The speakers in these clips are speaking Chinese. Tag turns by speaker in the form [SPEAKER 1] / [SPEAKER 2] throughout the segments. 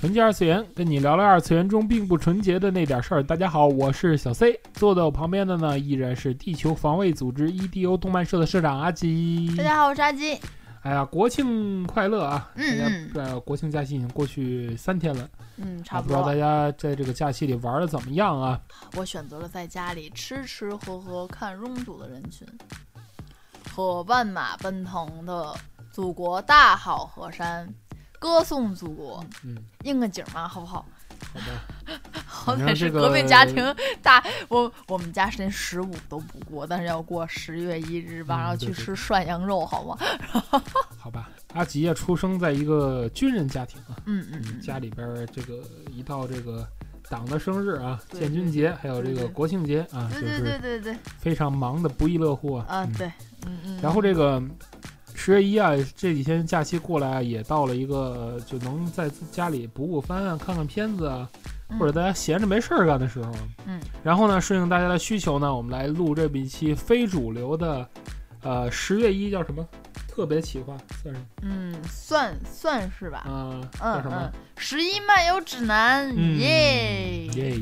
[SPEAKER 1] 纯洁二次元，跟你聊聊二次元中并不纯洁的那点事儿。大家好，我是小 C，坐在我旁边的呢依然是地球防卫组织 EDO 动漫社的社长阿吉。
[SPEAKER 2] 大家好，我是阿基。
[SPEAKER 1] 哎呀，国庆快乐啊！
[SPEAKER 2] 嗯嗯
[SPEAKER 1] 大家呃，国庆假期已经过去三天了，
[SPEAKER 2] 嗯，
[SPEAKER 1] 啊
[SPEAKER 2] 差不
[SPEAKER 1] 知道大
[SPEAKER 2] 多。
[SPEAKER 1] 家在这个假期里玩的怎么样啊？
[SPEAKER 2] 我选择了在家里吃吃喝喝、看拥堵的人群，和万马奔腾的祖国大好河山，歌颂祖国，
[SPEAKER 1] 嗯，
[SPEAKER 2] 应个景嘛，好不 好？
[SPEAKER 1] 好的，
[SPEAKER 2] 好
[SPEAKER 1] 反
[SPEAKER 2] 歹
[SPEAKER 1] 正
[SPEAKER 2] 是
[SPEAKER 1] 这个
[SPEAKER 2] 隔壁家庭大，我我们家是连十五都不过，但是要过十月一日吧，
[SPEAKER 1] 嗯
[SPEAKER 2] 然后
[SPEAKER 1] 对
[SPEAKER 2] 去
[SPEAKER 1] 对
[SPEAKER 2] 吃涮羊肉，好吗？
[SPEAKER 1] 好吧。阿吉呀，出生在一个军人家庭啊，
[SPEAKER 2] 嗯嗯
[SPEAKER 1] 嗯，
[SPEAKER 2] 嗯，
[SPEAKER 1] 家里边儿这个一到这个党的生日啊，
[SPEAKER 2] 对
[SPEAKER 1] 建军节，还有这
[SPEAKER 2] 对
[SPEAKER 1] 个
[SPEAKER 2] 对
[SPEAKER 1] 国庆节啊，
[SPEAKER 2] 对
[SPEAKER 1] 就
[SPEAKER 2] 对
[SPEAKER 1] 是
[SPEAKER 2] 对对对，
[SPEAKER 1] 非常忙的不亦乐乎啊。
[SPEAKER 2] 啊
[SPEAKER 1] 嗯
[SPEAKER 2] 对，嗯嗯。
[SPEAKER 1] 然后这个十月一啊，这几天假期过来啊，也到了一个呃就能在自家里补补番啊，看看片子啊，
[SPEAKER 2] 嗯
[SPEAKER 1] 或者大家闲着没事儿干的时候。啊
[SPEAKER 2] 嗯。
[SPEAKER 1] 然后呢，顺应大家的需求呢，我们来录这么一期非主流的，呃，十月一叫什么？特别企划算是
[SPEAKER 2] 嗯，算算是吧。
[SPEAKER 1] 啊、
[SPEAKER 2] 嗯
[SPEAKER 1] 叫什么
[SPEAKER 2] 嗯？，十一漫游指南，
[SPEAKER 1] 嗯
[SPEAKER 2] 耶！
[SPEAKER 1] 耶！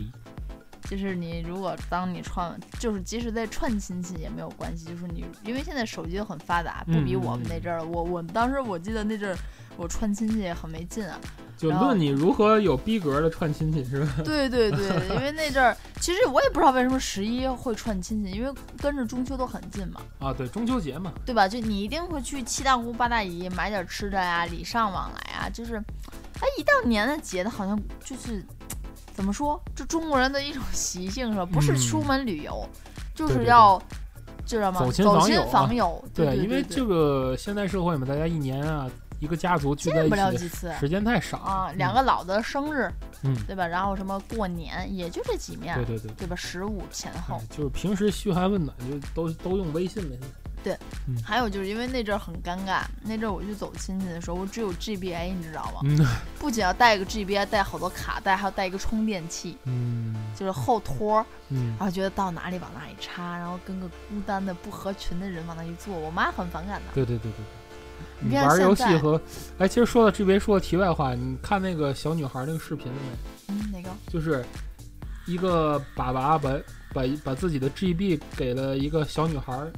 [SPEAKER 2] 就是你如果当你串，就是即使在串亲戚也没有关系，就是你因为现在手机很发达，不比
[SPEAKER 1] 嗯嗯
[SPEAKER 2] 我们那阵儿，我我当时我记得那阵儿我串亲戚也很没劲 啊。
[SPEAKER 1] 就
[SPEAKER 2] 然后
[SPEAKER 1] 论你如何有逼格的串亲戚是吧？
[SPEAKER 2] 对对对，因为那阵儿其实我也不知道为什么十一会串亲戚，因为跟着中秋都很近嘛，
[SPEAKER 1] 啊，对，中秋节嘛，
[SPEAKER 2] 对吧？就你一定会去七大姑八大姨买点吃的呀、礼尚往来啊，就是，哎，一到年的节的，好像就是怎么说，这中国人的一种 习性是吧？不是
[SPEAKER 1] 嗯
[SPEAKER 2] 出门旅游，就
[SPEAKER 1] 对
[SPEAKER 2] 是
[SPEAKER 1] 对
[SPEAKER 2] 要知道吗？
[SPEAKER 1] 走亲
[SPEAKER 2] 走
[SPEAKER 1] 访
[SPEAKER 2] 亲
[SPEAKER 1] 友啊
[SPEAKER 2] 访友，对对
[SPEAKER 1] 因为这个现代社会嘛，大家一年啊，一个家族聚在
[SPEAKER 2] 见
[SPEAKER 1] 一
[SPEAKER 2] 不了
[SPEAKER 1] 起
[SPEAKER 2] 几次
[SPEAKER 1] 的时间太少
[SPEAKER 2] 啊，两个老的生日，
[SPEAKER 1] 嗯
[SPEAKER 2] 对吧？然后什么过年，也就这几面
[SPEAKER 1] 对
[SPEAKER 2] 儿，
[SPEAKER 1] 对对。
[SPEAKER 2] 对吧？十五前后
[SPEAKER 1] 哎，就是平时嘘寒问暖就都都用微信了。现在
[SPEAKER 2] 还有就是因为那阵儿很尴尬，那阵儿我去走亲戚的时候，我只有 GBA，你知道吗？
[SPEAKER 1] 嗯
[SPEAKER 2] 不仅要带一个 GBA，带好多卡带，还要带一个充电器，
[SPEAKER 1] 嗯
[SPEAKER 2] 就是后托儿，
[SPEAKER 1] 嗯
[SPEAKER 2] 然，后觉得到哪里往哪里插，然后跟个孤单的不合群的人往那一坐，我妈很反感的。
[SPEAKER 1] 对对对对对。
[SPEAKER 2] 你
[SPEAKER 1] 你
[SPEAKER 2] 看
[SPEAKER 1] 嗯玩
[SPEAKER 2] 现
[SPEAKER 1] 游戏
[SPEAKER 2] 在
[SPEAKER 1] 和哎，其实说到这边说个题外话，你看那个小女孩那个视频里面，
[SPEAKER 2] 嗯，哪个？
[SPEAKER 1] 就是一个爸爸把把把自己的 GB 给了一个小女孩儿，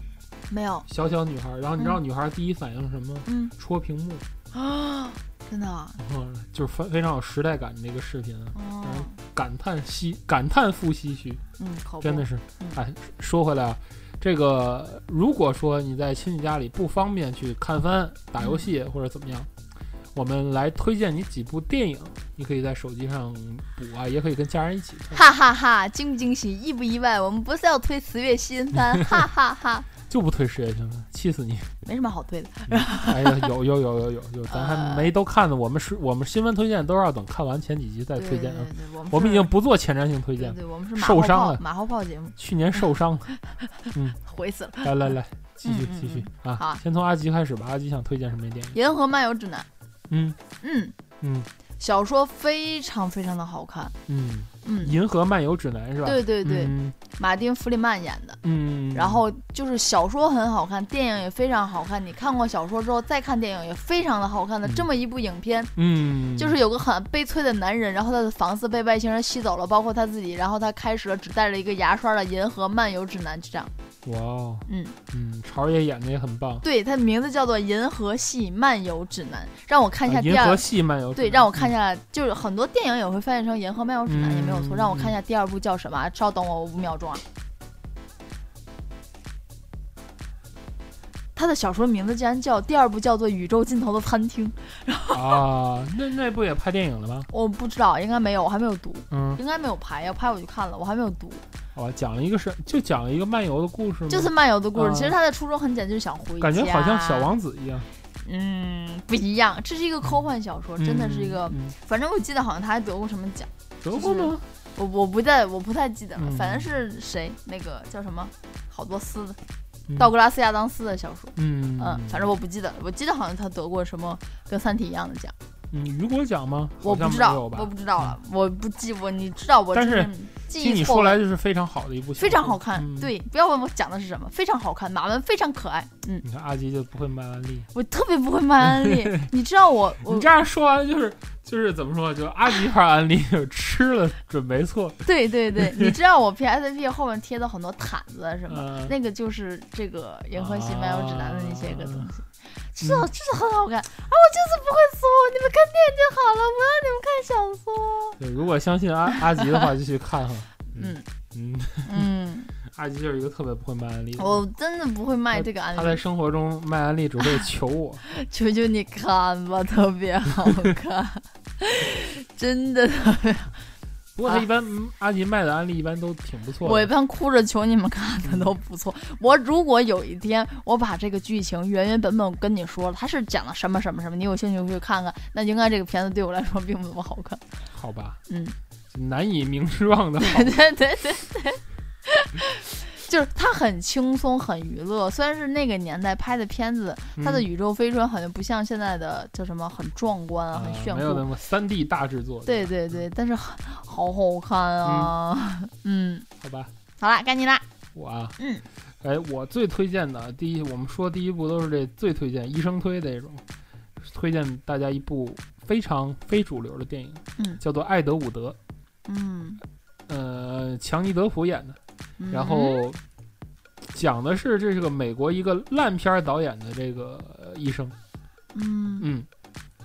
[SPEAKER 2] 没有。
[SPEAKER 1] 小小女孩儿，然后你知道女孩儿第一反应是什么吗？
[SPEAKER 2] 嗯
[SPEAKER 1] 戳屏幕，
[SPEAKER 2] 啊，真的啊。
[SPEAKER 1] 然后就是非非常有时代感的那个视频啊，
[SPEAKER 2] 哦，
[SPEAKER 1] 感叹唏感叹负唏嘘。
[SPEAKER 2] 嗯，口
[SPEAKER 1] 真的
[SPEAKER 2] 是。
[SPEAKER 1] 是
[SPEAKER 2] 嗯，
[SPEAKER 1] 哎，说回来啊，这个如果说你在亲戚家里不方便去看番、打
[SPEAKER 2] 嗯
[SPEAKER 1] 游戏或者怎么样，我们来推荐你几部电影，你可以在手机上补啊，也可以跟家人一起看。
[SPEAKER 2] 哈哈哈，惊不惊喜，意不意外？我们不是要推十月新 番，哈哈哈，
[SPEAKER 1] 就不推十月新番，气死你！
[SPEAKER 2] 没什么好推的。
[SPEAKER 1] 哎呀，有有有有有有，咱
[SPEAKER 2] 呃
[SPEAKER 1] 还没都看呢。我们是我们新闻推荐都是要等看完前几集再
[SPEAKER 2] 对
[SPEAKER 1] 推
[SPEAKER 2] 对
[SPEAKER 1] 荐啊
[SPEAKER 2] 对，，对我们
[SPEAKER 1] 我们已经
[SPEAKER 2] 是
[SPEAKER 1] 不做前瞻性推
[SPEAKER 2] 对
[SPEAKER 1] 荐了。
[SPEAKER 2] 对，我们是马
[SPEAKER 1] 受
[SPEAKER 2] 后
[SPEAKER 1] 伤
[SPEAKER 2] 炮
[SPEAKER 1] 了
[SPEAKER 2] 马后炮节目，
[SPEAKER 1] 去年受伤了，
[SPEAKER 2] 毁死了。
[SPEAKER 1] 来来来，继续
[SPEAKER 2] 嗯嗯
[SPEAKER 1] 继续
[SPEAKER 2] 好
[SPEAKER 1] 啊！先从阿吉开始吧，阿吉想推荐什么电影？
[SPEAKER 2] 银河漫游指南，
[SPEAKER 1] 嗯
[SPEAKER 2] 嗯，
[SPEAKER 1] 嗯
[SPEAKER 2] 小说非常非常的好看，
[SPEAKER 1] 嗯，《
[SPEAKER 2] 嗯，
[SPEAKER 1] 银河漫游指南》是吧？
[SPEAKER 2] 对对对，
[SPEAKER 1] 嗯
[SPEAKER 2] 马丁·弗里曼演的。
[SPEAKER 1] 嗯，
[SPEAKER 2] 然后就是小说很好看，电影也非常好看。你看过小说之后再看电影也非常的好看的
[SPEAKER 1] 嗯
[SPEAKER 2] 这么一部影片，
[SPEAKER 1] 嗯，
[SPEAKER 2] 就是有个很悲催的男人，然后他的房子被外星人吸走了，包括他自己，然后他开始了只带着一个牙刷的银河漫游指南，就这样。
[SPEAKER 1] 哇哦，
[SPEAKER 2] 嗯
[SPEAKER 1] 嗯，潮爷演的也很棒。
[SPEAKER 2] 对，他的名字叫做《银河系漫游指南》，让我看一
[SPEAKER 1] 啊
[SPEAKER 2] 下第
[SPEAKER 1] 银
[SPEAKER 2] 二
[SPEAKER 1] 河系漫游指南，
[SPEAKER 2] 对，让我看一
[SPEAKER 1] 下，
[SPEAKER 2] 下，就是很多电影也会翻译成《银河漫游指南》，也没有
[SPEAKER 1] 嗯
[SPEAKER 2] 错。让我看一下第二部叫什么啊？稍等我五秒钟啊。他的小说名字竟然叫第二部叫做《宇宙尽头的餐厅》，
[SPEAKER 1] 啊，那那不也拍电影了吗？
[SPEAKER 2] 我不知道，应该没有，我还没有读，
[SPEAKER 1] 嗯，
[SPEAKER 2] 应该没有拍，要拍我就看了，我还没有读。
[SPEAKER 1] 哦，讲了一个是，就讲了一个漫游的故事吗，
[SPEAKER 2] 就是漫游的故事，
[SPEAKER 1] 啊
[SPEAKER 2] 其实他的初衷很简单，就是想回家。
[SPEAKER 1] 感觉好像小，王子一样。
[SPEAKER 2] 嗯，不一样，这是一个科幻小说，真的是一个，
[SPEAKER 1] 嗯嗯
[SPEAKER 2] 反正我记得好像他还得过什么奖，
[SPEAKER 1] 得过吗？
[SPEAKER 2] 我我不太我不太记得了，
[SPEAKER 1] 嗯
[SPEAKER 2] 反正是谁那个叫什么，好多斯的
[SPEAKER 1] 嗯
[SPEAKER 2] 道格拉斯亚当斯的小说，
[SPEAKER 1] 嗯
[SPEAKER 2] 嗯，反正我不记得了，我记得好像他得过什么跟《三体》一样的奖，
[SPEAKER 1] 嗯，雨果奖吗？
[SPEAKER 2] 我
[SPEAKER 1] 好像
[SPEAKER 2] 不知
[SPEAKER 1] 没
[SPEAKER 2] 道，
[SPEAKER 1] 有吧嗯
[SPEAKER 2] 我不知道了，我不记我你知道我
[SPEAKER 1] 但
[SPEAKER 2] 这
[SPEAKER 1] 是
[SPEAKER 2] 记
[SPEAKER 1] 听
[SPEAKER 2] 忆
[SPEAKER 1] 你
[SPEAKER 2] 错
[SPEAKER 1] 说
[SPEAKER 2] 了。
[SPEAKER 1] 来就是非常好的一部小说，
[SPEAKER 2] 非常好看，
[SPEAKER 1] 嗯。
[SPEAKER 2] 对，不要问我讲的是什么，非常好看，马文非常可爱，嗯，
[SPEAKER 1] 你看阿吉就不会卖安利，
[SPEAKER 2] 我特别不会卖安 利，你知道我我
[SPEAKER 1] 你这样说完就是就是怎么说，就阿吉牌安利就吃了准没错，
[SPEAKER 2] 对对对，你知道我 PSP 后面贴的很多毯子什么，
[SPEAKER 1] 嗯，
[SPEAKER 2] 那个就是这个《银河系漫游指南》的那些个东西。
[SPEAKER 1] 嗯
[SPEAKER 2] 真的真的很好看啊！我就是不会说，你们看电影就好了，我让你们看小说。
[SPEAKER 1] 对，如果相信阿阿吉的话，就去 看哈。
[SPEAKER 2] 嗯
[SPEAKER 1] 嗯，
[SPEAKER 2] 嗯，
[SPEAKER 1] 阿吉就是一个特别不会卖安利的人，
[SPEAKER 2] 我真的不会卖这个
[SPEAKER 1] 他
[SPEAKER 2] 安
[SPEAKER 1] 在
[SPEAKER 2] 利，
[SPEAKER 1] 生活中卖安利只 会求我。
[SPEAKER 2] 求求你看吧，特别好看， 真的特别好。
[SPEAKER 1] 不过他一般、嗯阿吉卖的安利一般都挺不错的。
[SPEAKER 2] 啊我一般哭着求你们看的都不错。我如果有一天我把这个剧情原原本本跟你说了，它是讲了什么什么什么，你有兴趣去看看，那应该这个片子对我来说并不怎么好看。
[SPEAKER 1] 好吧，
[SPEAKER 2] 嗯，
[SPEAKER 1] 难以明失望的 好
[SPEAKER 2] 对对对对对，就是它很轻松，很娱乐。虽然是那个年代拍的片子，它的
[SPEAKER 1] 嗯
[SPEAKER 2] 宇宙飞船好像不像现在的叫什么很壮观啊，很
[SPEAKER 1] 呃
[SPEAKER 2] 炫
[SPEAKER 1] 没有
[SPEAKER 2] 酷
[SPEAKER 1] 那。么三 D 大制作。
[SPEAKER 2] 对
[SPEAKER 1] 吧，
[SPEAKER 2] 对对，但是好好好看啊！嗯，
[SPEAKER 1] 好吧，
[SPEAKER 2] 好啦，该你啦。
[SPEAKER 1] 我啊，
[SPEAKER 2] 嗯，
[SPEAKER 1] 哎，我最推荐的第一，我们说第一部都是这最推荐医生推的这种，推荐大家一部非常非主流的电影，
[SPEAKER 2] 嗯
[SPEAKER 1] 叫做《爱德伍德》，
[SPEAKER 2] 嗯，
[SPEAKER 1] 呃，强尼德普演的，
[SPEAKER 2] 嗯
[SPEAKER 1] 然后讲的是这是个美国一个烂片儿导演的这个呃医生，
[SPEAKER 2] 嗯
[SPEAKER 1] 嗯，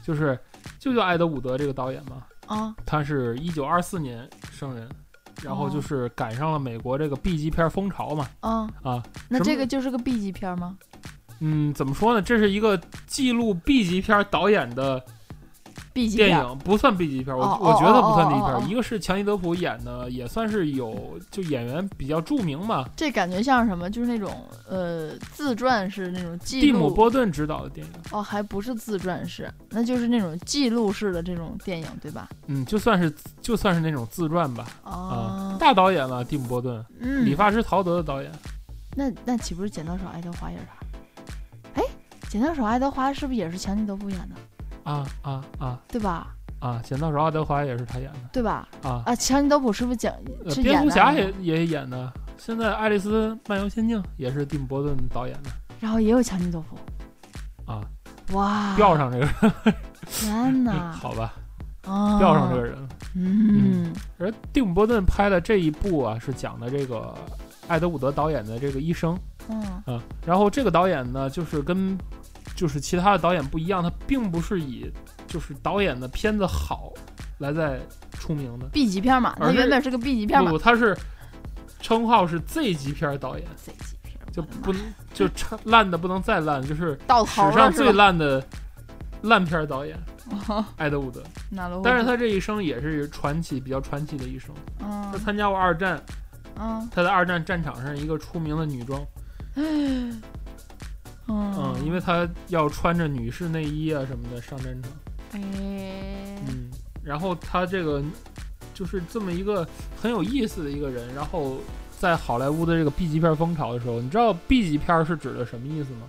[SPEAKER 1] 就是就叫爱德伍德这个导演嘛，
[SPEAKER 2] 啊
[SPEAKER 1] 他是一九二四年生人，然后
[SPEAKER 2] 哦
[SPEAKER 1] 就是赶上了美国这个 B 级片风潮嘛，
[SPEAKER 2] 啊
[SPEAKER 1] 啊，
[SPEAKER 2] 那
[SPEAKER 1] 什么
[SPEAKER 2] 这个就是个 B 级片吗？
[SPEAKER 1] 嗯，怎么说呢？这是一个记录 B 级片导演的
[SPEAKER 2] B 级
[SPEAKER 1] 电
[SPEAKER 2] 片
[SPEAKER 1] 影，不算 B 级片，我
[SPEAKER 2] 哦
[SPEAKER 1] 我觉得不算 B 级
[SPEAKER 2] 哦哦哦哦
[SPEAKER 1] 片。一个是强尼德普演的，也算是有就演员比较著名嘛，
[SPEAKER 2] 这感觉像什么？就是那种呃自传式那种记录。
[SPEAKER 1] 蒂姆·波顿执导的电影。
[SPEAKER 2] 哦，还不是自传式，那就是那种记录式的这种电影，对吧？
[SPEAKER 1] 嗯，就算是就算是那种自传吧，
[SPEAKER 2] 啊，
[SPEAKER 1] 大导演嘛，蒂姆·波顿，
[SPEAKER 2] 嗯，
[SPEAKER 1] 理发师陶德的导演，
[SPEAKER 2] 那那岂不是剪刀手爱德华也是他？哎，剪刀手爱德华是不是也是强尼德普演的？
[SPEAKER 1] 啊啊啊
[SPEAKER 2] 对吧？
[SPEAKER 1] 啊！剪刀手爱德华也是他演的
[SPEAKER 2] 对吧？
[SPEAKER 1] 啊，
[SPEAKER 2] 啊，强尼德普是不是讲
[SPEAKER 1] 呃
[SPEAKER 2] 是
[SPEAKER 1] 蝙
[SPEAKER 2] 演
[SPEAKER 1] 蝠
[SPEAKER 2] 的啊
[SPEAKER 1] 侠
[SPEAKER 2] 那
[SPEAKER 1] 也
[SPEAKER 2] 个？
[SPEAKER 1] 也演的。现在《爱丽丝漫游仙境》也是蒂姆·波顿导演的
[SPEAKER 2] 然后也有强尼德普。
[SPEAKER 1] 啊，
[SPEAKER 2] 哇！
[SPEAKER 1] 吊上这个人，
[SPEAKER 2] 天哪！
[SPEAKER 1] 好吧，
[SPEAKER 2] 啊，
[SPEAKER 1] 吊上这个人了。
[SPEAKER 2] 嗯
[SPEAKER 1] 而蒂姆·波顿拍的这一部啊，是讲的这个艾德伍德导演的这个医生
[SPEAKER 2] 嗯
[SPEAKER 1] 啊。然后这个导演呢，就是跟就是其他的导演不一样，他并不是以就是导演的片子好来在出名的，
[SPEAKER 2] ，B 级片嘛，
[SPEAKER 1] 而
[SPEAKER 2] 那
[SPEAKER 1] 是
[SPEAKER 2] 原本是个 B 级片嘛
[SPEAKER 1] 不，他是称号是 Z 级片导演，
[SPEAKER 2] 这级片儿
[SPEAKER 1] 就
[SPEAKER 2] 我的妈
[SPEAKER 1] 不就差烂的不能再烂，就是
[SPEAKER 2] 到
[SPEAKER 1] 史
[SPEAKER 2] 头嗯了
[SPEAKER 1] 上
[SPEAKER 2] 是
[SPEAKER 1] 最
[SPEAKER 2] 吧
[SPEAKER 1] 烂的烂片导演
[SPEAKER 2] 哦
[SPEAKER 1] 艾德伍德。
[SPEAKER 2] 那罗伯特
[SPEAKER 1] 但是他这一生也是传奇，比较传奇的一生。他
[SPEAKER 2] 嗯
[SPEAKER 1] 参加过二战。
[SPEAKER 2] 嗯
[SPEAKER 1] 她在二战战场上一个出名的女装，嗯，因为她要穿着女士内衣啊什么的上战场，
[SPEAKER 2] 哎
[SPEAKER 1] 嗯，然后她这个就是这么一个很有意思的一个人，然后在好莱坞的这个 B 级片风潮的时候，你知道 B 级片是指的什么意思吗？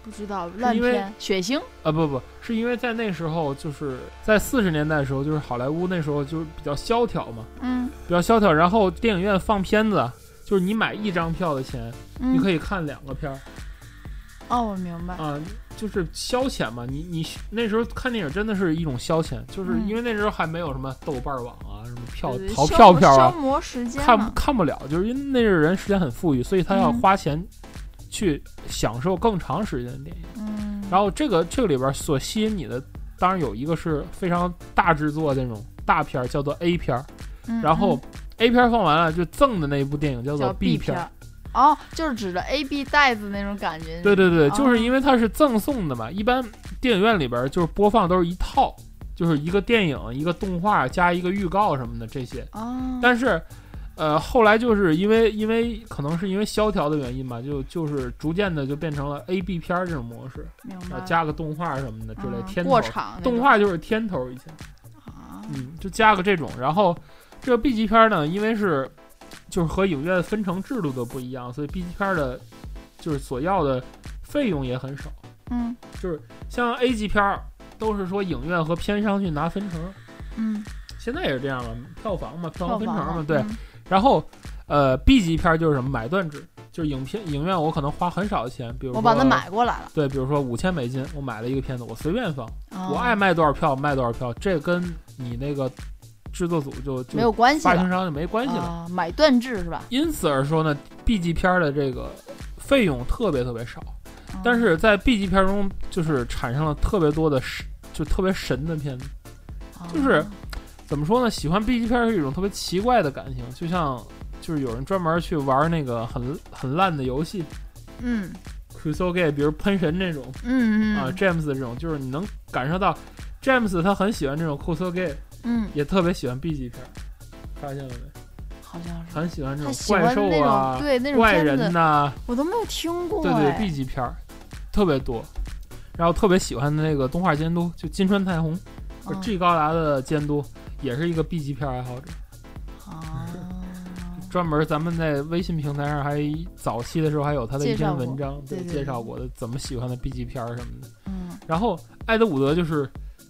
[SPEAKER 2] 不知道烂
[SPEAKER 1] 因为
[SPEAKER 2] 片血腥
[SPEAKER 1] 啊，不不，是因为在那时候，就是在四十年代的时候，就是好莱坞那时候就是比较萧条嘛，
[SPEAKER 2] 嗯
[SPEAKER 1] 比较萧条，然后电影院放片子，啊就是你买一张票的钱，
[SPEAKER 2] 嗯
[SPEAKER 1] 你可以看两个片儿。
[SPEAKER 2] 哦我明白
[SPEAKER 1] 啊、就是消遣嘛。你你那时候看电影真的是一种消遣，就是
[SPEAKER 2] 嗯
[SPEAKER 1] 因为那时候还没有什么豆瓣网啊，什么票
[SPEAKER 2] 对对
[SPEAKER 1] 淘
[SPEAKER 2] 消
[SPEAKER 1] 票
[SPEAKER 2] 磨
[SPEAKER 1] 票
[SPEAKER 2] 消
[SPEAKER 1] 啊，
[SPEAKER 2] 磨时间
[SPEAKER 1] 看
[SPEAKER 2] 嘛
[SPEAKER 1] 看不了，就是因为那时候人时间很富裕，所以他要
[SPEAKER 2] 嗯
[SPEAKER 1] 花钱去享受更长时间的电影。
[SPEAKER 2] 嗯
[SPEAKER 1] 然后这个这个里边所吸引你的，当然有一个是非常大制作的那种大片儿，叫做 A 片儿，
[SPEAKER 2] 嗯
[SPEAKER 1] 然后
[SPEAKER 2] 嗯。
[SPEAKER 1] A 片儿放完了，就赠的那一部电影叫做
[SPEAKER 2] 叫
[SPEAKER 1] B
[SPEAKER 2] 片
[SPEAKER 1] 片儿，
[SPEAKER 2] 儿哦就是指着 A B 袋子那种感觉
[SPEAKER 1] 对对对，
[SPEAKER 2] 哦
[SPEAKER 1] 就是因为它是赠送的嘛，一般电影院里边就是播放都是一套，就是一个电影、一个动画加一个预告什么的这些。
[SPEAKER 2] 哦
[SPEAKER 1] 但是呃，后来就是因为因为可能是因为萧条的原因吧，就就是逐渐的就变成了 A B 片儿这种模式，
[SPEAKER 2] 明
[SPEAKER 1] 然
[SPEAKER 2] 白
[SPEAKER 1] 后。加个动画什么的之类，
[SPEAKER 2] 嗯
[SPEAKER 1] 天头
[SPEAKER 2] 过场那种
[SPEAKER 1] 动画就是天头以前，
[SPEAKER 2] 啊，
[SPEAKER 1] 嗯，就加个这种。然后这个 B 级片儿呢，因为是就是和影院分成制度的不一样，所以 B 级片儿的就是所要的费用也很少。
[SPEAKER 2] 嗯
[SPEAKER 1] 像 A 级片儿都是说影院和片商去拿分成，
[SPEAKER 2] 嗯，
[SPEAKER 1] 现在也是这样嘛，票房嘛，票
[SPEAKER 2] 票
[SPEAKER 1] 房分成
[SPEAKER 2] 房
[SPEAKER 1] 嘛
[SPEAKER 2] 啊，
[SPEAKER 1] 对。
[SPEAKER 2] 嗯
[SPEAKER 1] 然后呃 B 级片儿就是什么买断制，就是影片影院我可能花很少的钱，比如
[SPEAKER 2] 我把它
[SPEAKER 1] 说。
[SPEAKER 2] 买过来了。
[SPEAKER 1] 对，比如说五千美金，我买了一个片子，我随便放，
[SPEAKER 2] 啊
[SPEAKER 1] 我爱卖多少票卖多少票，这跟你那个制作组就就
[SPEAKER 2] 没有关系
[SPEAKER 1] 发行
[SPEAKER 2] 了，
[SPEAKER 1] 商就没关系了。
[SPEAKER 2] 啊，买断制是吧？
[SPEAKER 1] 因此而说呢，B 级片儿的这个费用特别特别少，
[SPEAKER 2] 嗯
[SPEAKER 1] 但是在 B 级片儿中就是产生了特别多的神，就特别神的片子。
[SPEAKER 2] 哦
[SPEAKER 1] 就是怎么说呢？喜欢 B 级片儿是一种特别奇怪的感情，就像就是有人专门去玩那个很很烂的游戏
[SPEAKER 2] 嗯
[SPEAKER 1] c r u s o g a y 比如喷神这种
[SPEAKER 2] 嗯嗯
[SPEAKER 1] 啊、James 这种，就是你能感受到 James 他很喜欢这种 c r u s o g a y
[SPEAKER 2] 嗯，
[SPEAKER 1] 也特别喜欢 B 级片儿，发现了没？
[SPEAKER 2] 好像是。
[SPEAKER 1] 很喜欢这
[SPEAKER 2] 他
[SPEAKER 1] 种
[SPEAKER 2] 喜
[SPEAKER 1] 怪
[SPEAKER 2] 欢
[SPEAKER 1] 兽
[SPEAKER 2] 那种、
[SPEAKER 1] 啊、
[SPEAKER 2] 对那种
[SPEAKER 1] 怪
[SPEAKER 2] 片子
[SPEAKER 1] 人呐、
[SPEAKER 2] 我都没有听过、
[SPEAKER 1] 对对
[SPEAKER 2] 哎
[SPEAKER 1] ，B 级片儿特别多，然后特别喜欢的那个动画监督就金川太宏，就是
[SPEAKER 2] 嗯
[SPEAKER 1] G 高达的监督，也是一个 B 级片爱好者，
[SPEAKER 2] 啊，
[SPEAKER 1] 专门咱们在微信平台上还早期的时候还有他的一
[SPEAKER 2] 介绍
[SPEAKER 1] 篇
[SPEAKER 2] 过
[SPEAKER 1] 文章，
[SPEAKER 2] 对对
[SPEAKER 1] 介
[SPEAKER 2] 对
[SPEAKER 1] 绍过的怎么喜欢的 B 级片儿什么的。
[SPEAKER 2] 嗯
[SPEAKER 1] 然后艾德伍德就是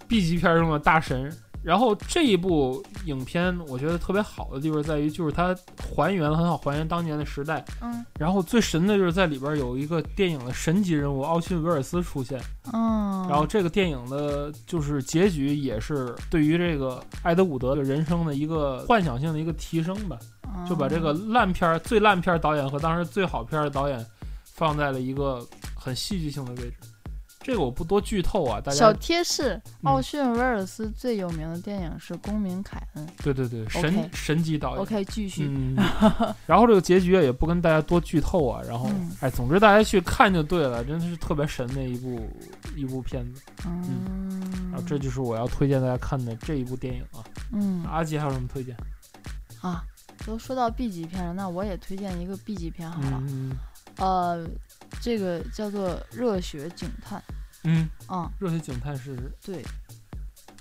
[SPEAKER 1] B 级片中的大神。然后这一部影片，我觉得特别好的地方在于，就是它还原了很好还原当年的时代。
[SPEAKER 2] 嗯
[SPEAKER 1] 然后最神的就是在里边有一个电影的神级人物奥辛维尔斯出现，
[SPEAKER 2] 嗯，
[SPEAKER 1] 然后这个电影的就是结局也是对于这个艾德伍德的人生的一个幻想性的一个提升吧，就把这个
[SPEAKER 2] 哦
[SPEAKER 1] 烂片儿、最烂片儿导演和当时最好片儿的导演放在了一个很戏剧性的位置。这个我不多剧透啊，大家嗯
[SPEAKER 2] 小贴士：奥逊威尔斯最有名的电影是《公民凯恩》。
[SPEAKER 1] 对对对，神
[SPEAKER 2] OK
[SPEAKER 1] 神级导演。
[SPEAKER 2] OK，继续。
[SPEAKER 1] 嗯，然后这个结局啊也不跟大家多剧透啊，然后、
[SPEAKER 2] 嗯
[SPEAKER 1] 哎，总之大家去看就对了，真的是特别神的一部一部片子。
[SPEAKER 2] 嗯，
[SPEAKER 1] 然后这就是我要推荐大家看的这一部电影啊。
[SPEAKER 2] 嗯
[SPEAKER 1] 阿杰还有什么推荐？
[SPEAKER 2] 啊，都说到 B 级片了，那我也推荐一个 B 级片好了。
[SPEAKER 1] 嗯
[SPEAKER 2] 呃，这个叫做《热血警探》
[SPEAKER 1] 嗯，
[SPEAKER 2] 啊、
[SPEAKER 1] 热血警探是
[SPEAKER 2] 对，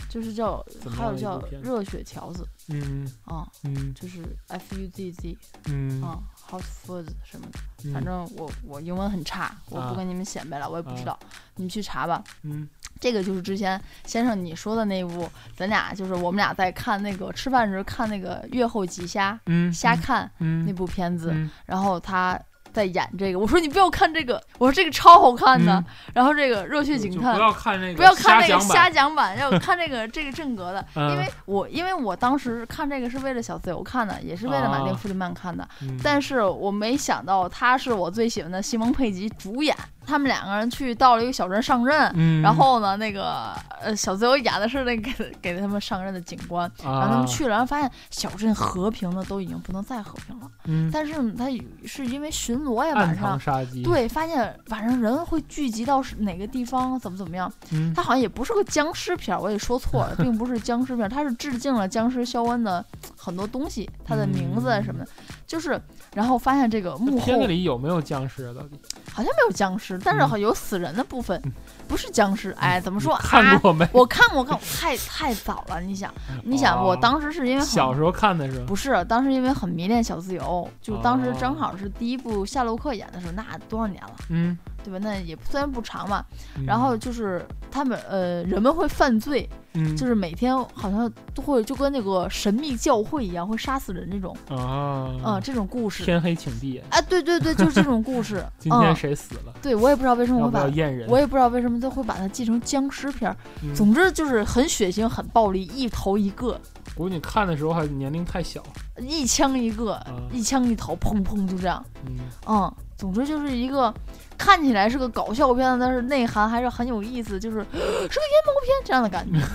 [SPEAKER 2] 就是叫
[SPEAKER 1] 怎么
[SPEAKER 2] 还有
[SPEAKER 1] 样一
[SPEAKER 2] 叫
[SPEAKER 1] 部片
[SPEAKER 2] 《
[SPEAKER 1] 子
[SPEAKER 2] 热血条子》
[SPEAKER 1] 嗯
[SPEAKER 2] 啊、
[SPEAKER 1] 嗯
[SPEAKER 2] 就是 F U Z Z
[SPEAKER 1] 嗯
[SPEAKER 2] 啊、h o t Food 什么的。
[SPEAKER 1] 嗯
[SPEAKER 2] 反正我我英文很差，我
[SPEAKER 1] 啊
[SPEAKER 2] 不跟你们显摆了，我也不
[SPEAKER 1] 啊
[SPEAKER 2] 知道，你们去查吧。
[SPEAKER 1] 嗯
[SPEAKER 2] 这个就是之前先生你说的那部，咱俩就是我们俩在看那个吃饭时候看那个《月后极虾
[SPEAKER 1] 嗯》
[SPEAKER 2] 瞎看
[SPEAKER 1] 嗯
[SPEAKER 2] 那部片子，
[SPEAKER 1] 嗯
[SPEAKER 2] 然后他在演这个，我说你不要看这个，我说这个超好看的，
[SPEAKER 1] 嗯
[SPEAKER 2] 然后这个《热血
[SPEAKER 1] 就
[SPEAKER 2] 警
[SPEAKER 1] 嗯就
[SPEAKER 2] 探
[SPEAKER 1] 不》要看那个
[SPEAKER 2] 不要看那
[SPEAKER 1] 瞎
[SPEAKER 2] 个
[SPEAKER 1] 讲
[SPEAKER 2] 瞎
[SPEAKER 1] 版
[SPEAKER 2] 讲版，要看这个这个正格的，
[SPEAKER 1] 嗯
[SPEAKER 2] 因为我因为我当时看这个是为了小自由看的，也是为了马丁
[SPEAKER 1] 啊
[SPEAKER 2] ·弗里曼看的，
[SPEAKER 1] 嗯
[SPEAKER 2] 但是我没想到他是我最喜欢的西蒙·佩吉主演，他们两个人去到了一个小镇上任，
[SPEAKER 1] 嗯，
[SPEAKER 2] 然后呢，那个呃，小自由演的是那个给给他们上任的警官，然后他
[SPEAKER 1] 啊
[SPEAKER 2] 们去了，然后发现小镇和平的都已经不能再和平了，
[SPEAKER 1] 嗯
[SPEAKER 2] 但是他是因为巡逻呀
[SPEAKER 1] 暗
[SPEAKER 2] 晚
[SPEAKER 1] 藏
[SPEAKER 2] 上。
[SPEAKER 1] 杀机，
[SPEAKER 2] 对，发现晚上人会聚集到是哪个地方，怎么怎么样？
[SPEAKER 1] 嗯
[SPEAKER 2] 它好像也不是个僵尸片儿，我也说错了，并不是僵尸片儿，它是致敬了僵尸肖恩的很多东西，它的名字什么的，就是然后发现这个
[SPEAKER 1] 那
[SPEAKER 2] 幕
[SPEAKER 1] 嗯
[SPEAKER 2] 后
[SPEAKER 1] 片子里有没有僵尸啊？到底
[SPEAKER 2] 好像没有僵尸，但是
[SPEAKER 1] 嗯
[SPEAKER 2] 好像有死人的部分，不是僵尸。哎，怎么
[SPEAKER 1] 你
[SPEAKER 2] 说？
[SPEAKER 1] 看
[SPEAKER 2] 啊
[SPEAKER 1] 过没？
[SPEAKER 2] 我看过，看过太太早了。你想，你想，我当时是因为很
[SPEAKER 1] 哦小时候看的是吧？
[SPEAKER 2] 不是，当时因为很迷恋小自由，就当时
[SPEAKER 1] 哦
[SPEAKER 2] 正好是第一部夏洛克演的时候，那多少年了，
[SPEAKER 1] 嗯，
[SPEAKER 2] 对吧？那也虽然不长吧，
[SPEAKER 1] 嗯
[SPEAKER 2] 然后就是他们呃，人们会犯罪，
[SPEAKER 1] 嗯
[SPEAKER 2] 就是每天好像都会就跟那个神秘教会一样，会杀死人这种，嗯、
[SPEAKER 1] 啊，
[SPEAKER 2] 这种故事。
[SPEAKER 1] 天黑请闭眼，。
[SPEAKER 2] 啊，对对对，就是这种故事
[SPEAKER 1] 今天
[SPEAKER 2] 嗯，
[SPEAKER 1] 谁死了？
[SPEAKER 2] 对我也不知道为什么
[SPEAKER 1] 要
[SPEAKER 2] 会
[SPEAKER 1] 不
[SPEAKER 2] 把
[SPEAKER 1] 要验人？
[SPEAKER 2] 我也不知道为什么他会把它记成僵尸片儿，
[SPEAKER 1] 嗯
[SPEAKER 2] 总之就是很血腥、很暴力，一头一个，
[SPEAKER 1] 我估计你看的时候还年龄太小。
[SPEAKER 2] 一枪一个，
[SPEAKER 1] 啊
[SPEAKER 2] 一枪一头，砰砰就这样。
[SPEAKER 1] 嗯
[SPEAKER 2] 嗯，总之就是一个看起来是个搞笑片，但是内涵还是很有意思，就是 是个阴谋片这样的感觉。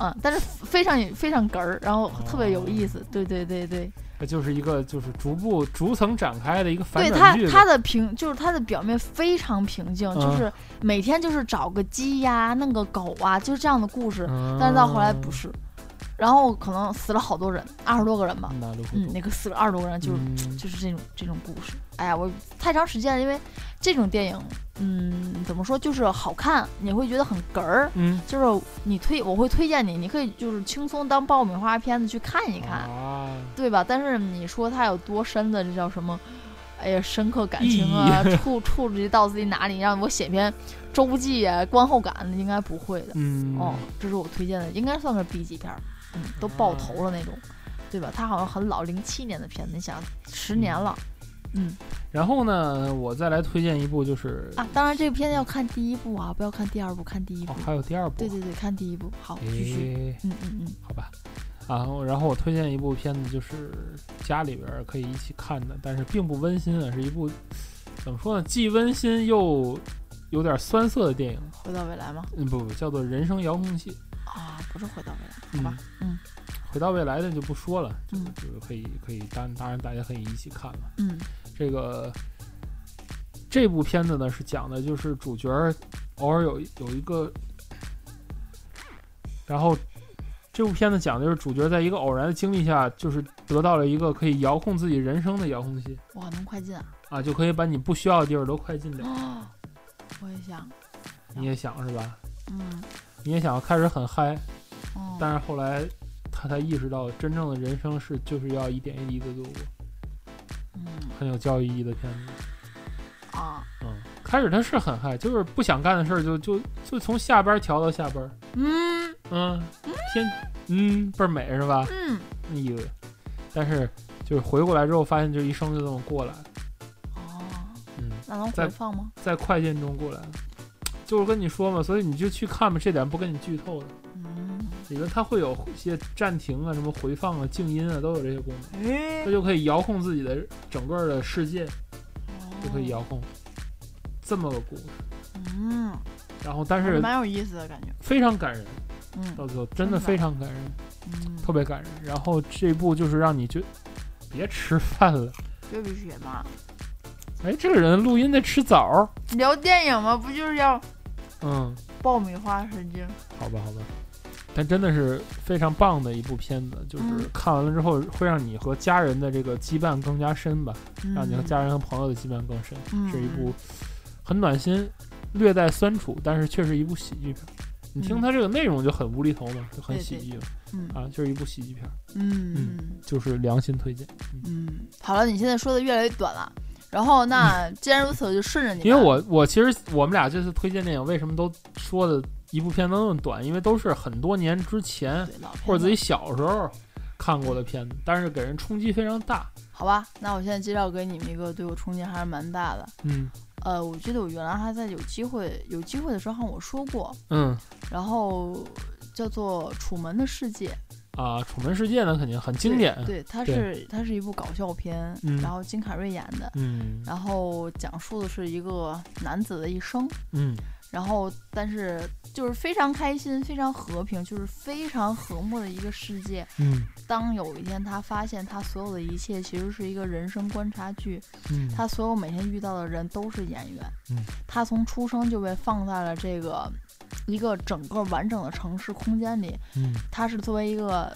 [SPEAKER 2] 嗯，但是非常非常哏儿，然后特别有意
[SPEAKER 1] 哦
[SPEAKER 2] 思。对对对对，
[SPEAKER 1] 它就是一个就是逐步逐层展开的一个反
[SPEAKER 2] 对他
[SPEAKER 1] 转剧呗。
[SPEAKER 2] 他的平就是他的表面非常平静，就
[SPEAKER 1] 嗯
[SPEAKER 2] 是每天就是找个鸡呀、弄个狗啊，就是这样的故事。
[SPEAKER 1] 嗯，
[SPEAKER 2] 但是到后来不是，然后可能死了好多人，二十多个人吧。
[SPEAKER 1] 哦那都不
[SPEAKER 2] 嗯，那个死了二十多个人，就是、
[SPEAKER 1] 嗯
[SPEAKER 2] 就是这种这种故事。哎呀，我太长时间了，因为这种电影，嗯，怎么说，就是好看，你会觉得很哏儿。
[SPEAKER 1] 嗯，
[SPEAKER 2] 就是你推，我会推荐你，你可以就是轻松当爆米花片子去看一看，
[SPEAKER 1] 啊，
[SPEAKER 2] 对吧？但是你说它有多深的，这叫什么？哎呀，深刻感 情啊，触触及到自己哪里，让我写篇周记啊，观后感应该不会的。
[SPEAKER 1] 嗯，
[SPEAKER 2] 哦，这是我推荐的，应该算是 B 级片儿，嗯，都爆头了那种，对吧？它好像很老，零七年的片子，你想
[SPEAKER 1] 嗯
[SPEAKER 2] 十年了嗯
[SPEAKER 1] 然后呢，我再来推荐一部，就是
[SPEAKER 2] 啊！当然，这个片子要看第一部啊，不要看第二部，看第一部
[SPEAKER 1] 哦，。还有第二部，
[SPEAKER 2] 对对对，看第一部。好，继续。
[SPEAKER 1] 诶，
[SPEAKER 2] 嗯嗯嗯，
[SPEAKER 1] 好吧。啊，然后我推荐一部片子，就是家里边儿可以一起看的，但是并不温馨啊，是一部怎么说呢，既温馨又有点酸涩的电影。
[SPEAKER 2] 回到未来吗？
[SPEAKER 1] 嗯，不不，叫做《人生遥控器》。
[SPEAKER 2] 啊，不是回到未来，
[SPEAKER 1] 嗯
[SPEAKER 2] 好吧？嗯
[SPEAKER 1] 回到未来的就不说了，就
[SPEAKER 2] 嗯
[SPEAKER 1] 就是可以可以，当当然大家可以一起看了。
[SPEAKER 2] 嗯
[SPEAKER 1] 这个这部片子呢是讲的就是主角儿偶尔有有一个，然后这部片子讲的就是主角在一个偶然的经历下，就是得到了一个可以遥控自己人生的遥控器
[SPEAKER 2] 哇，能快进啊！
[SPEAKER 1] 啊，就可以把你不需要的地儿都快进掉。
[SPEAKER 2] 哦， 我也想，
[SPEAKER 1] 你也想是吧？
[SPEAKER 2] 嗯
[SPEAKER 1] 你也想开始很嗨，
[SPEAKER 2] 哦，
[SPEAKER 1] 但是后来他才意识到，真正的人生是就是要一点一滴的度过，
[SPEAKER 2] 嗯
[SPEAKER 1] 很有教育意义的片子。
[SPEAKER 2] 啊，
[SPEAKER 1] 嗯，开始他是很嗨，就是不想干的事儿就就就从下班调到下班，
[SPEAKER 2] 嗯
[SPEAKER 1] 嗯，天，嗯，倍儿美是吧？
[SPEAKER 2] 嗯，
[SPEAKER 1] 那意思。但是就是回过来之后，发现就一生就这么过来了，
[SPEAKER 2] 哦，
[SPEAKER 1] 嗯，
[SPEAKER 2] 那能
[SPEAKER 1] 在
[SPEAKER 2] 回放吗？
[SPEAKER 1] 在快进中过来了。就是跟你说嘛，所以你就去看吧，这点不跟你剧透的。
[SPEAKER 2] 嗯，
[SPEAKER 1] 里面它会有一些暂停啊、什么回放啊、静音啊，都有这些功能，
[SPEAKER 2] 哎
[SPEAKER 1] 它，就可以遥控自己的整个的世界，就可以遥控。这么个故事，
[SPEAKER 2] 嗯，
[SPEAKER 1] 然后但
[SPEAKER 2] 还
[SPEAKER 1] 是
[SPEAKER 2] 蛮有意思的感觉，
[SPEAKER 1] 非常感人，
[SPEAKER 2] 嗯
[SPEAKER 1] 到最后真的
[SPEAKER 2] 真的
[SPEAKER 1] 非常感人。
[SPEAKER 2] 嗯，
[SPEAKER 1] 特别感人。然后这部就是让你就别吃饭了，
[SPEAKER 2] 别必须也嘛，
[SPEAKER 1] 哎，这个人录音在吃枣儿，
[SPEAKER 2] 聊电影嘛，不就是要
[SPEAKER 1] 嗯，
[SPEAKER 2] 爆米花神经？
[SPEAKER 1] 好吧，好吧。但真的是非常棒的一部片子，就是
[SPEAKER 2] 嗯
[SPEAKER 1] 看完了之后会让你和家人的这个羁绊更加深吧，让你和家人和朋友的羁绊更深。
[SPEAKER 2] 嗯
[SPEAKER 1] 是一部很暖心、略带酸楚，但是却是一部喜剧片。你听它这个内容就很无厘头嘛，就很
[SPEAKER 2] 嗯对
[SPEAKER 1] 喜
[SPEAKER 2] 对
[SPEAKER 1] 剧嘛，
[SPEAKER 2] 嗯
[SPEAKER 1] 啊，就是一部喜剧片，
[SPEAKER 2] 嗯
[SPEAKER 1] 嗯就是良心推荐。
[SPEAKER 2] 嗯，好了，你现在说的越来越短了。然后，那既然如此，我就顺着你吧。
[SPEAKER 1] 因为我我其实我们俩这次推荐电影为什么都说的一部片子那么短，因为都是很多年之前
[SPEAKER 2] 对老片
[SPEAKER 1] 或者自己
[SPEAKER 2] 子
[SPEAKER 1] 小时候看过的片子，但是给人冲击非常大。
[SPEAKER 2] 好吧，那我现在介绍给你们一个对我冲击还是蛮大的。
[SPEAKER 1] 嗯
[SPEAKER 2] 呃，我记得我原来还在有机会有机会的时候，好像我说过，
[SPEAKER 1] 嗯
[SPEAKER 2] 然后叫做《楚门的世界》，
[SPEAKER 1] 啊，《楚门世界》呢肯定很经典。
[SPEAKER 2] 对，对它
[SPEAKER 1] 对
[SPEAKER 2] 是它是一部搞笑片，
[SPEAKER 1] 嗯
[SPEAKER 2] 然后金凯瑞演的，
[SPEAKER 1] 嗯
[SPEAKER 2] 然后讲述的是一个男子的一生，
[SPEAKER 1] 嗯
[SPEAKER 2] 然后但是就是非常开心、非常和平，就是非常和睦的一个世界。
[SPEAKER 1] 嗯
[SPEAKER 2] 当有一天他发现他所有的一切其实是一个人生观察剧，
[SPEAKER 1] 嗯，
[SPEAKER 2] 他所有每天遇到的人都是演员，
[SPEAKER 1] 嗯
[SPEAKER 2] 他从出生就被放在了这个一个整个完整的城市空间里，
[SPEAKER 1] 嗯
[SPEAKER 2] 他是作为一个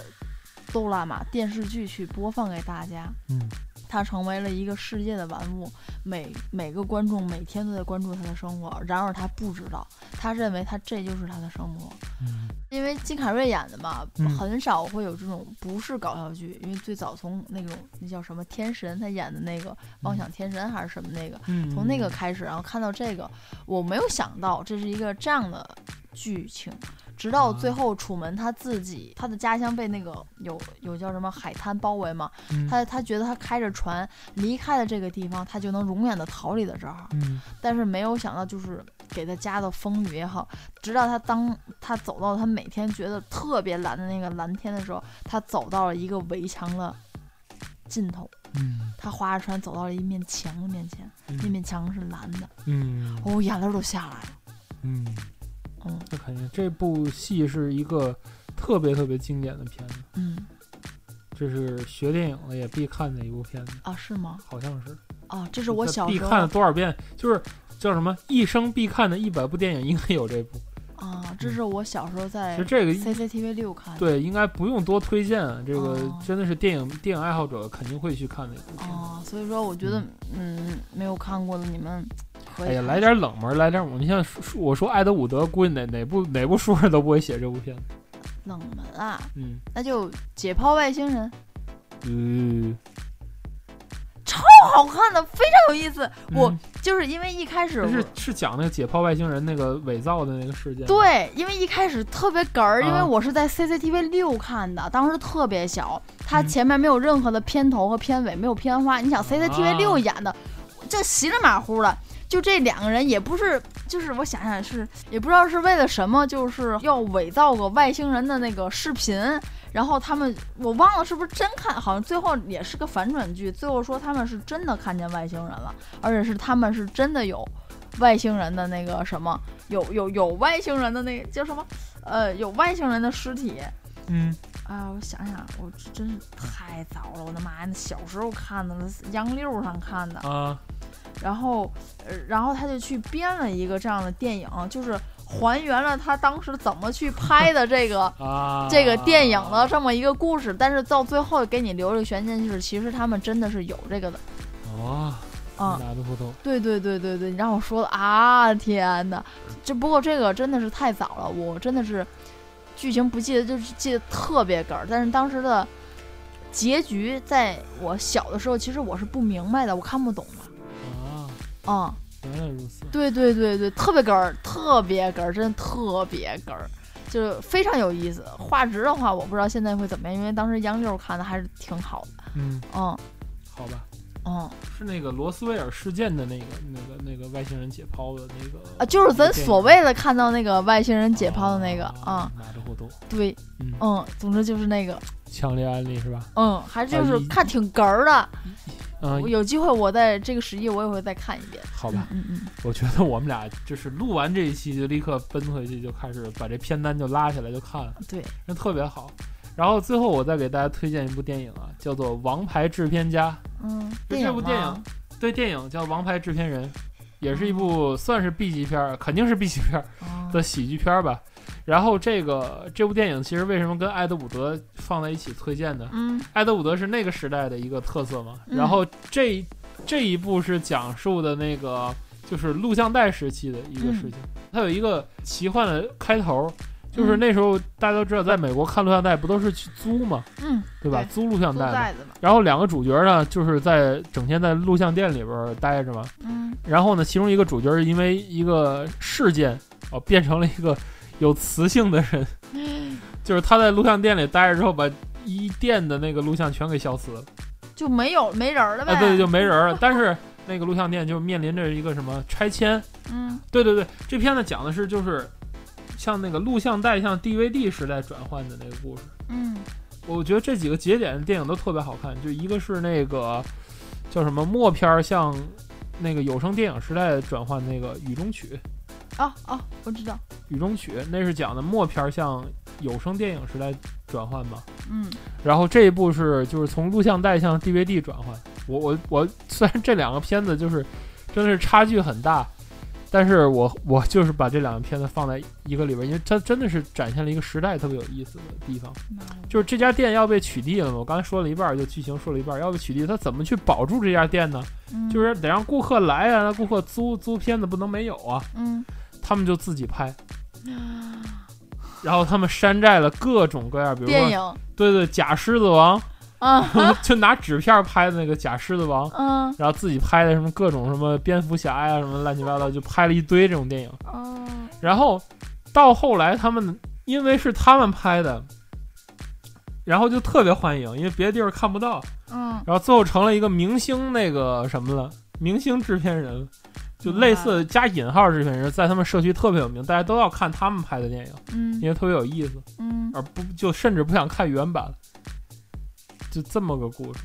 [SPEAKER 2] 哆啦嘛电视剧去播放给大家，
[SPEAKER 1] 嗯
[SPEAKER 2] 他成为了一个世界的玩物，每每个观众每天都在关注他的生活，然而他不知道，他认为他这就是他的生活，
[SPEAKER 1] 嗯
[SPEAKER 2] 因为金凯瑞演的嘛，
[SPEAKER 1] 嗯
[SPEAKER 2] 很少会有这种不是搞笑剧，因为最早从那种那叫什么天神，他演的那个《妄想天神》还是什么那个，
[SPEAKER 1] 嗯，
[SPEAKER 2] 从那个开始，然后看到这个，我没有想到这是一个这样的剧情。直到最后，楚门他自己，他的家乡被那个有有叫什么海滩包围嘛，
[SPEAKER 1] 嗯
[SPEAKER 2] 他他觉得他开着船离开了这个地方，他就能永远的逃离的这儿。
[SPEAKER 1] 嗯
[SPEAKER 2] 但是没有想到，就是给他加的风雨也好，直到他当他走到他每天觉得特别蓝的那个蓝天的时候，他走到了一个围墙的尽头，
[SPEAKER 1] 嗯
[SPEAKER 2] 他划着船走到了一面墙的面前，那面墙是蓝的，
[SPEAKER 1] 嗯
[SPEAKER 2] 哦，眼泪都下来了。
[SPEAKER 1] 嗯
[SPEAKER 2] 嗯
[SPEAKER 1] 那肯定这部戏是一个特别特别经典的片子，
[SPEAKER 2] 嗯
[SPEAKER 1] 这是学电影的也必看的一部片子，
[SPEAKER 2] 啊，是吗？
[SPEAKER 1] 好像是。
[SPEAKER 2] 啊，这是我小
[SPEAKER 1] 必
[SPEAKER 2] 时
[SPEAKER 1] 看了
[SPEAKER 2] 候
[SPEAKER 1] 多少遍，就是叫什么一生必看的一百部电影，应该有这部。
[SPEAKER 2] 啊，这是我小时候
[SPEAKER 1] 其
[SPEAKER 2] 在
[SPEAKER 1] 实这个
[SPEAKER 2] CCTV 六看的。
[SPEAKER 1] 对应该不用多推荐，啊这个
[SPEAKER 2] 哦
[SPEAKER 1] 真的是电影电影爱好者肯定会去看的一部片。
[SPEAKER 2] 啊，所以说我觉得，嗯，没有看过的你们可以。
[SPEAKER 1] 哎呀，来。点冷门，来点冷门。你像说说我说艾德伍德，估计哪哪部哪部书上都不会写这部片子。
[SPEAKER 2] 冷门啊，
[SPEAKER 1] 嗯，
[SPEAKER 2] 那就解剖外星人，
[SPEAKER 1] 嗯，
[SPEAKER 2] 不好看的，非常有意思。我
[SPEAKER 1] 嗯
[SPEAKER 2] 就是因为一开始
[SPEAKER 1] 这
[SPEAKER 2] 我
[SPEAKER 1] 是是讲那个解剖外星人那个伪造的那个事件。，
[SPEAKER 2] 对，因为一开始特别哏儿，因为
[SPEAKER 1] 啊
[SPEAKER 2] 我是在 CCTV 六看的，当时特别小，它
[SPEAKER 1] 嗯
[SPEAKER 2] 前面没有任何的片头和片尾，没有片花。你想 CCTV 六
[SPEAKER 1] 啊
[SPEAKER 2] 演的，这稀里马虎的，就这两个人也不是，就是我想想是也不知道是为了什么，就是要伪造个外星人的那个视频。然后他们，我忘了是不是真看，好像最后也是个反转剧，最后说他们是真的看见外星人了，而且是他们是真的有外星人的那个什么，有有有外星人的那个叫什么，呃，有外星人的尸体。
[SPEAKER 1] 嗯，
[SPEAKER 2] 啊、我想想，我这真是太早了，我的妈呀！那小时候看的，那杨六上看的，
[SPEAKER 1] 啊，
[SPEAKER 2] 然后，呃，然后他就去编了一个这样的电影，就是还原了他当时怎么去拍的这个
[SPEAKER 1] 啊，
[SPEAKER 2] 这个电影的这么一个故事，但是到最后给你留了个悬念，就是其实他们真的是有这个的，
[SPEAKER 1] 哦，
[SPEAKER 2] 嗯，
[SPEAKER 1] 哪都不懂。
[SPEAKER 2] 对对对对对，你让我说的啊，天哪！这不过这个真的是太早了，我真的是剧情不记得，就是记得特别哏儿。但是当时的结局，在我小的时候，其实我是不明白的，我看不懂的。
[SPEAKER 1] 啊，
[SPEAKER 2] 嗯，
[SPEAKER 1] 原来如此。
[SPEAKER 2] 对对对对，特别哏儿，特别哏儿，真的特别哏儿，就是非常有意思。画质的话，我不知道现在会怎么样，因为当时杨六看的还是挺好的。
[SPEAKER 1] 嗯，
[SPEAKER 2] 嗯
[SPEAKER 1] 好吧，
[SPEAKER 2] 嗯
[SPEAKER 1] 是那个罗斯威尔事件的那个、那个、那个外星人解剖的那个
[SPEAKER 2] 啊，就是咱
[SPEAKER 1] 那个电影
[SPEAKER 2] 所谓的看到那个外星人解剖的那个啊
[SPEAKER 1] 啊，，哪都不懂。
[SPEAKER 2] 对。
[SPEAKER 1] 嗯，
[SPEAKER 2] 嗯，总之就是那个，
[SPEAKER 1] 强烈安利是吧？
[SPEAKER 2] 嗯，还就
[SPEAKER 1] 啊
[SPEAKER 2] 是
[SPEAKER 1] 一
[SPEAKER 2] 看挺哏儿的。
[SPEAKER 1] 嗯
[SPEAKER 2] 哦我，有机会我在这个十一我也会再看一遍。
[SPEAKER 1] 好吧，
[SPEAKER 2] 嗯嗯，
[SPEAKER 1] 我觉得我们俩就是录完这一期就立刻奔回去就开始把这片单就拉起来就看了，
[SPEAKER 2] 嗯对，
[SPEAKER 1] 那特别好。然后最后我再给大家推荐一部电影啊，叫做《王牌制片家》。
[SPEAKER 2] 嗯，
[SPEAKER 1] 就
[SPEAKER 2] 电影
[SPEAKER 1] 这部电
[SPEAKER 2] 嘛
[SPEAKER 1] 影，对，电影叫《王牌制片人》，也是一部算是 B 级片儿，肯定是 B 级片儿
[SPEAKER 2] 哦
[SPEAKER 1] 的喜剧片儿吧。然后这个这部电影其实为什么跟艾德伍德放在一起推荐呢？
[SPEAKER 2] 嗯
[SPEAKER 1] 艾德伍德是那个时代的一个特色嘛。
[SPEAKER 2] 嗯
[SPEAKER 1] 然后这这一部是讲述的那个就是录像带时期的
[SPEAKER 2] 嗯
[SPEAKER 1] 一个事情，它有一个奇幻的开头，
[SPEAKER 2] 嗯
[SPEAKER 1] 就是那时候大家都知道，在美国看录像带不都是去租嘛，
[SPEAKER 2] 嗯，
[SPEAKER 1] 对吧？
[SPEAKER 2] 对
[SPEAKER 1] 租录像
[SPEAKER 2] 租
[SPEAKER 1] 带嘛。
[SPEAKER 2] 袋子嘛，
[SPEAKER 1] 然后两个主角呢，就是在整天在录像店里边儿待着嘛。
[SPEAKER 2] 嗯
[SPEAKER 1] 然后呢，其中一个主角是因为一个事件哦，变成了一个 有磁性的人，就是他在录像店里待着之后，把一店的那个录像全给消磁了。
[SPEAKER 2] 就没有没人儿了呗。
[SPEAKER 1] 啊，对，就没人儿了。但是那个录像店就面临着一个什么拆迁。
[SPEAKER 2] 嗯
[SPEAKER 1] 对对对，这片子讲的是就是像那个录像带向 DVD 时代转换的那个故事。
[SPEAKER 2] 嗯
[SPEAKER 1] 我觉得这几个节点的电影都特别好看，就一个是那个叫什么默片儿向那个有声电影时代转换那个《雨中曲》，《
[SPEAKER 2] 哦哦，我知道，
[SPEAKER 1] 雨中曲》那是讲的默片儿向有声电影时代转换嘛。
[SPEAKER 2] 嗯
[SPEAKER 1] 然后这一部是就是从录像带向 DVD 转换。我我我 虽然这两个片子就是真的是差距很大，但是我 我就是把这两个片子放在一个里边儿，因为它真的是展现了一个时代特别有意思的地方。就是这家店要被取缔了嘛，我刚才说了一半儿，就剧情说了一半儿，要被取缔，他怎么去保住这家店呢？
[SPEAKER 2] 嗯
[SPEAKER 1] 就是得让顾客来啊，让顾客租租片子不能没有啊，
[SPEAKER 2] 嗯
[SPEAKER 1] 他们就自己拍，然后他们山寨了各种各样，比如
[SPEAKER 2] 电
[SPEAKER 1] 说
[SPEAKER 2] 影
[SPEAKER 1] 对对假狮子 王，
[SPEAKER 2] 啊
[SPEAKER 1] 就拿纸片儿拍的那个假狮子王，
[SPEAKER 2] 嗯
[SPEAKER 1] 然后自己拍的什么各种什么蝙蝠侠呀、什么乱七八糟，就拍了一堆这种电影。
[SPEAKER 2] 哦
[SPEAKER 1] 然后到后来他们因为是他们拍的，然后就特别欢迎，因为别的地方看不到。
[SPEAKER 2] 嗯，
[SPEAKER 1] 然后最后成了一个明星那个什么了，明星制片人，就类似
[SPEAKER 2] 嗯
[SPEAKER 1] 加引号制片人，在他们社区特别有名，大家都要看他们拍的电影，因
[SPEAKER 2] 嗯
[SPEAKER 1] 为特别有意思，
[SPEAKER 2] 嗯，
[SPEAKER 1] 而不就甚至不想看原版了，就这么个故事。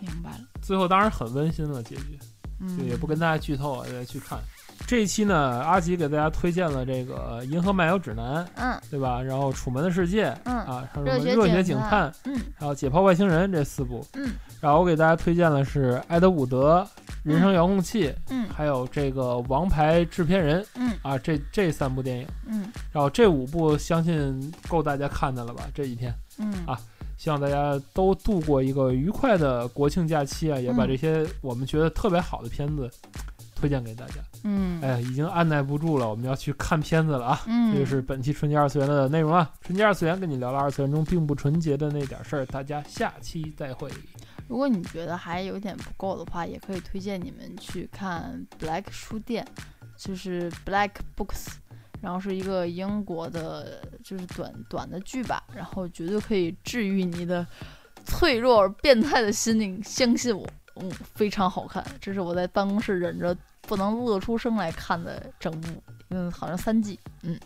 [SPEAKER 2] 明白了，
[SPEAKER 1] 最后当然很温馨了，结局就
[SPEAKER 2] 嗯，
[SPEAKER 1] 也不跟大家剧透啊，大家去看。这一期呢，阿吉给大家推荐了这个《银河漫游指南》，
[SPEAKER 2] 嗯
[SPEAKER 1] 对吧？然后《楚门的世界》
[SPEAKER 2] 嗯
[SPEAKER 1] 啊，还有什么《
[SPEAKER 2] 热血
[SPEAKER 1] 热血
[SPEAKER 2] 警
[SPEAKER 1] 警
[SPEAKER 2] 探
[SPEAKER 1] 探》，
[SPEAKER 2] 嗯
[SPEAKER 1] 还有《解剖外星人》这四部。
[SPEAKER 2] 嗯，
[SPEAKER 1] 然后我给大家推荐的是埃德伍德、人生遥控器》，
[SPEAKER 2] 嗯
[SPEAKER 1] 还有这个《王牌制片人》
[SPEAKER 2] 嗯
[SPEAKER 1] 啊，这这三部电影，
[SPEAKER 2] 嗯
[SPEAKER 1] 然后这五部相信够大家看的了吧？这几天，
[SPEAKER 2] 嗯
[SPEAKER 1] 啊希望大家都度过一个愉快的国庆假期啊，也把
[SPEAKER 2] 嗯
[SPEAKER 1] 这些我们觉得特别好的片子推荐给大家。
[SPEAKER 2] 嗯，
[SPEAKER 1] 哎呀，已经按耐不住了，我们要去看片子了啊！
[SPEAKER 2] 嗯，
[SPEAKER 1] 这就是本期春节二次元的内容啊。春节二次元跟你聊了二次元中并不纯洁的那点事儿，大家下期再会。
[SPEAKER 2] 如果你觉得还有点不够的话，也可以推荐你们去看 Black 书店，就是 Black Books，然后是一个英国的，就是短短的剧吧，然后绝对可以治愈你的脆弱而变态的心灵，相信我，嗯，非常好看，这是我在办公室忍着不能乐出声来看的整部，嗯，好像三季，嗯，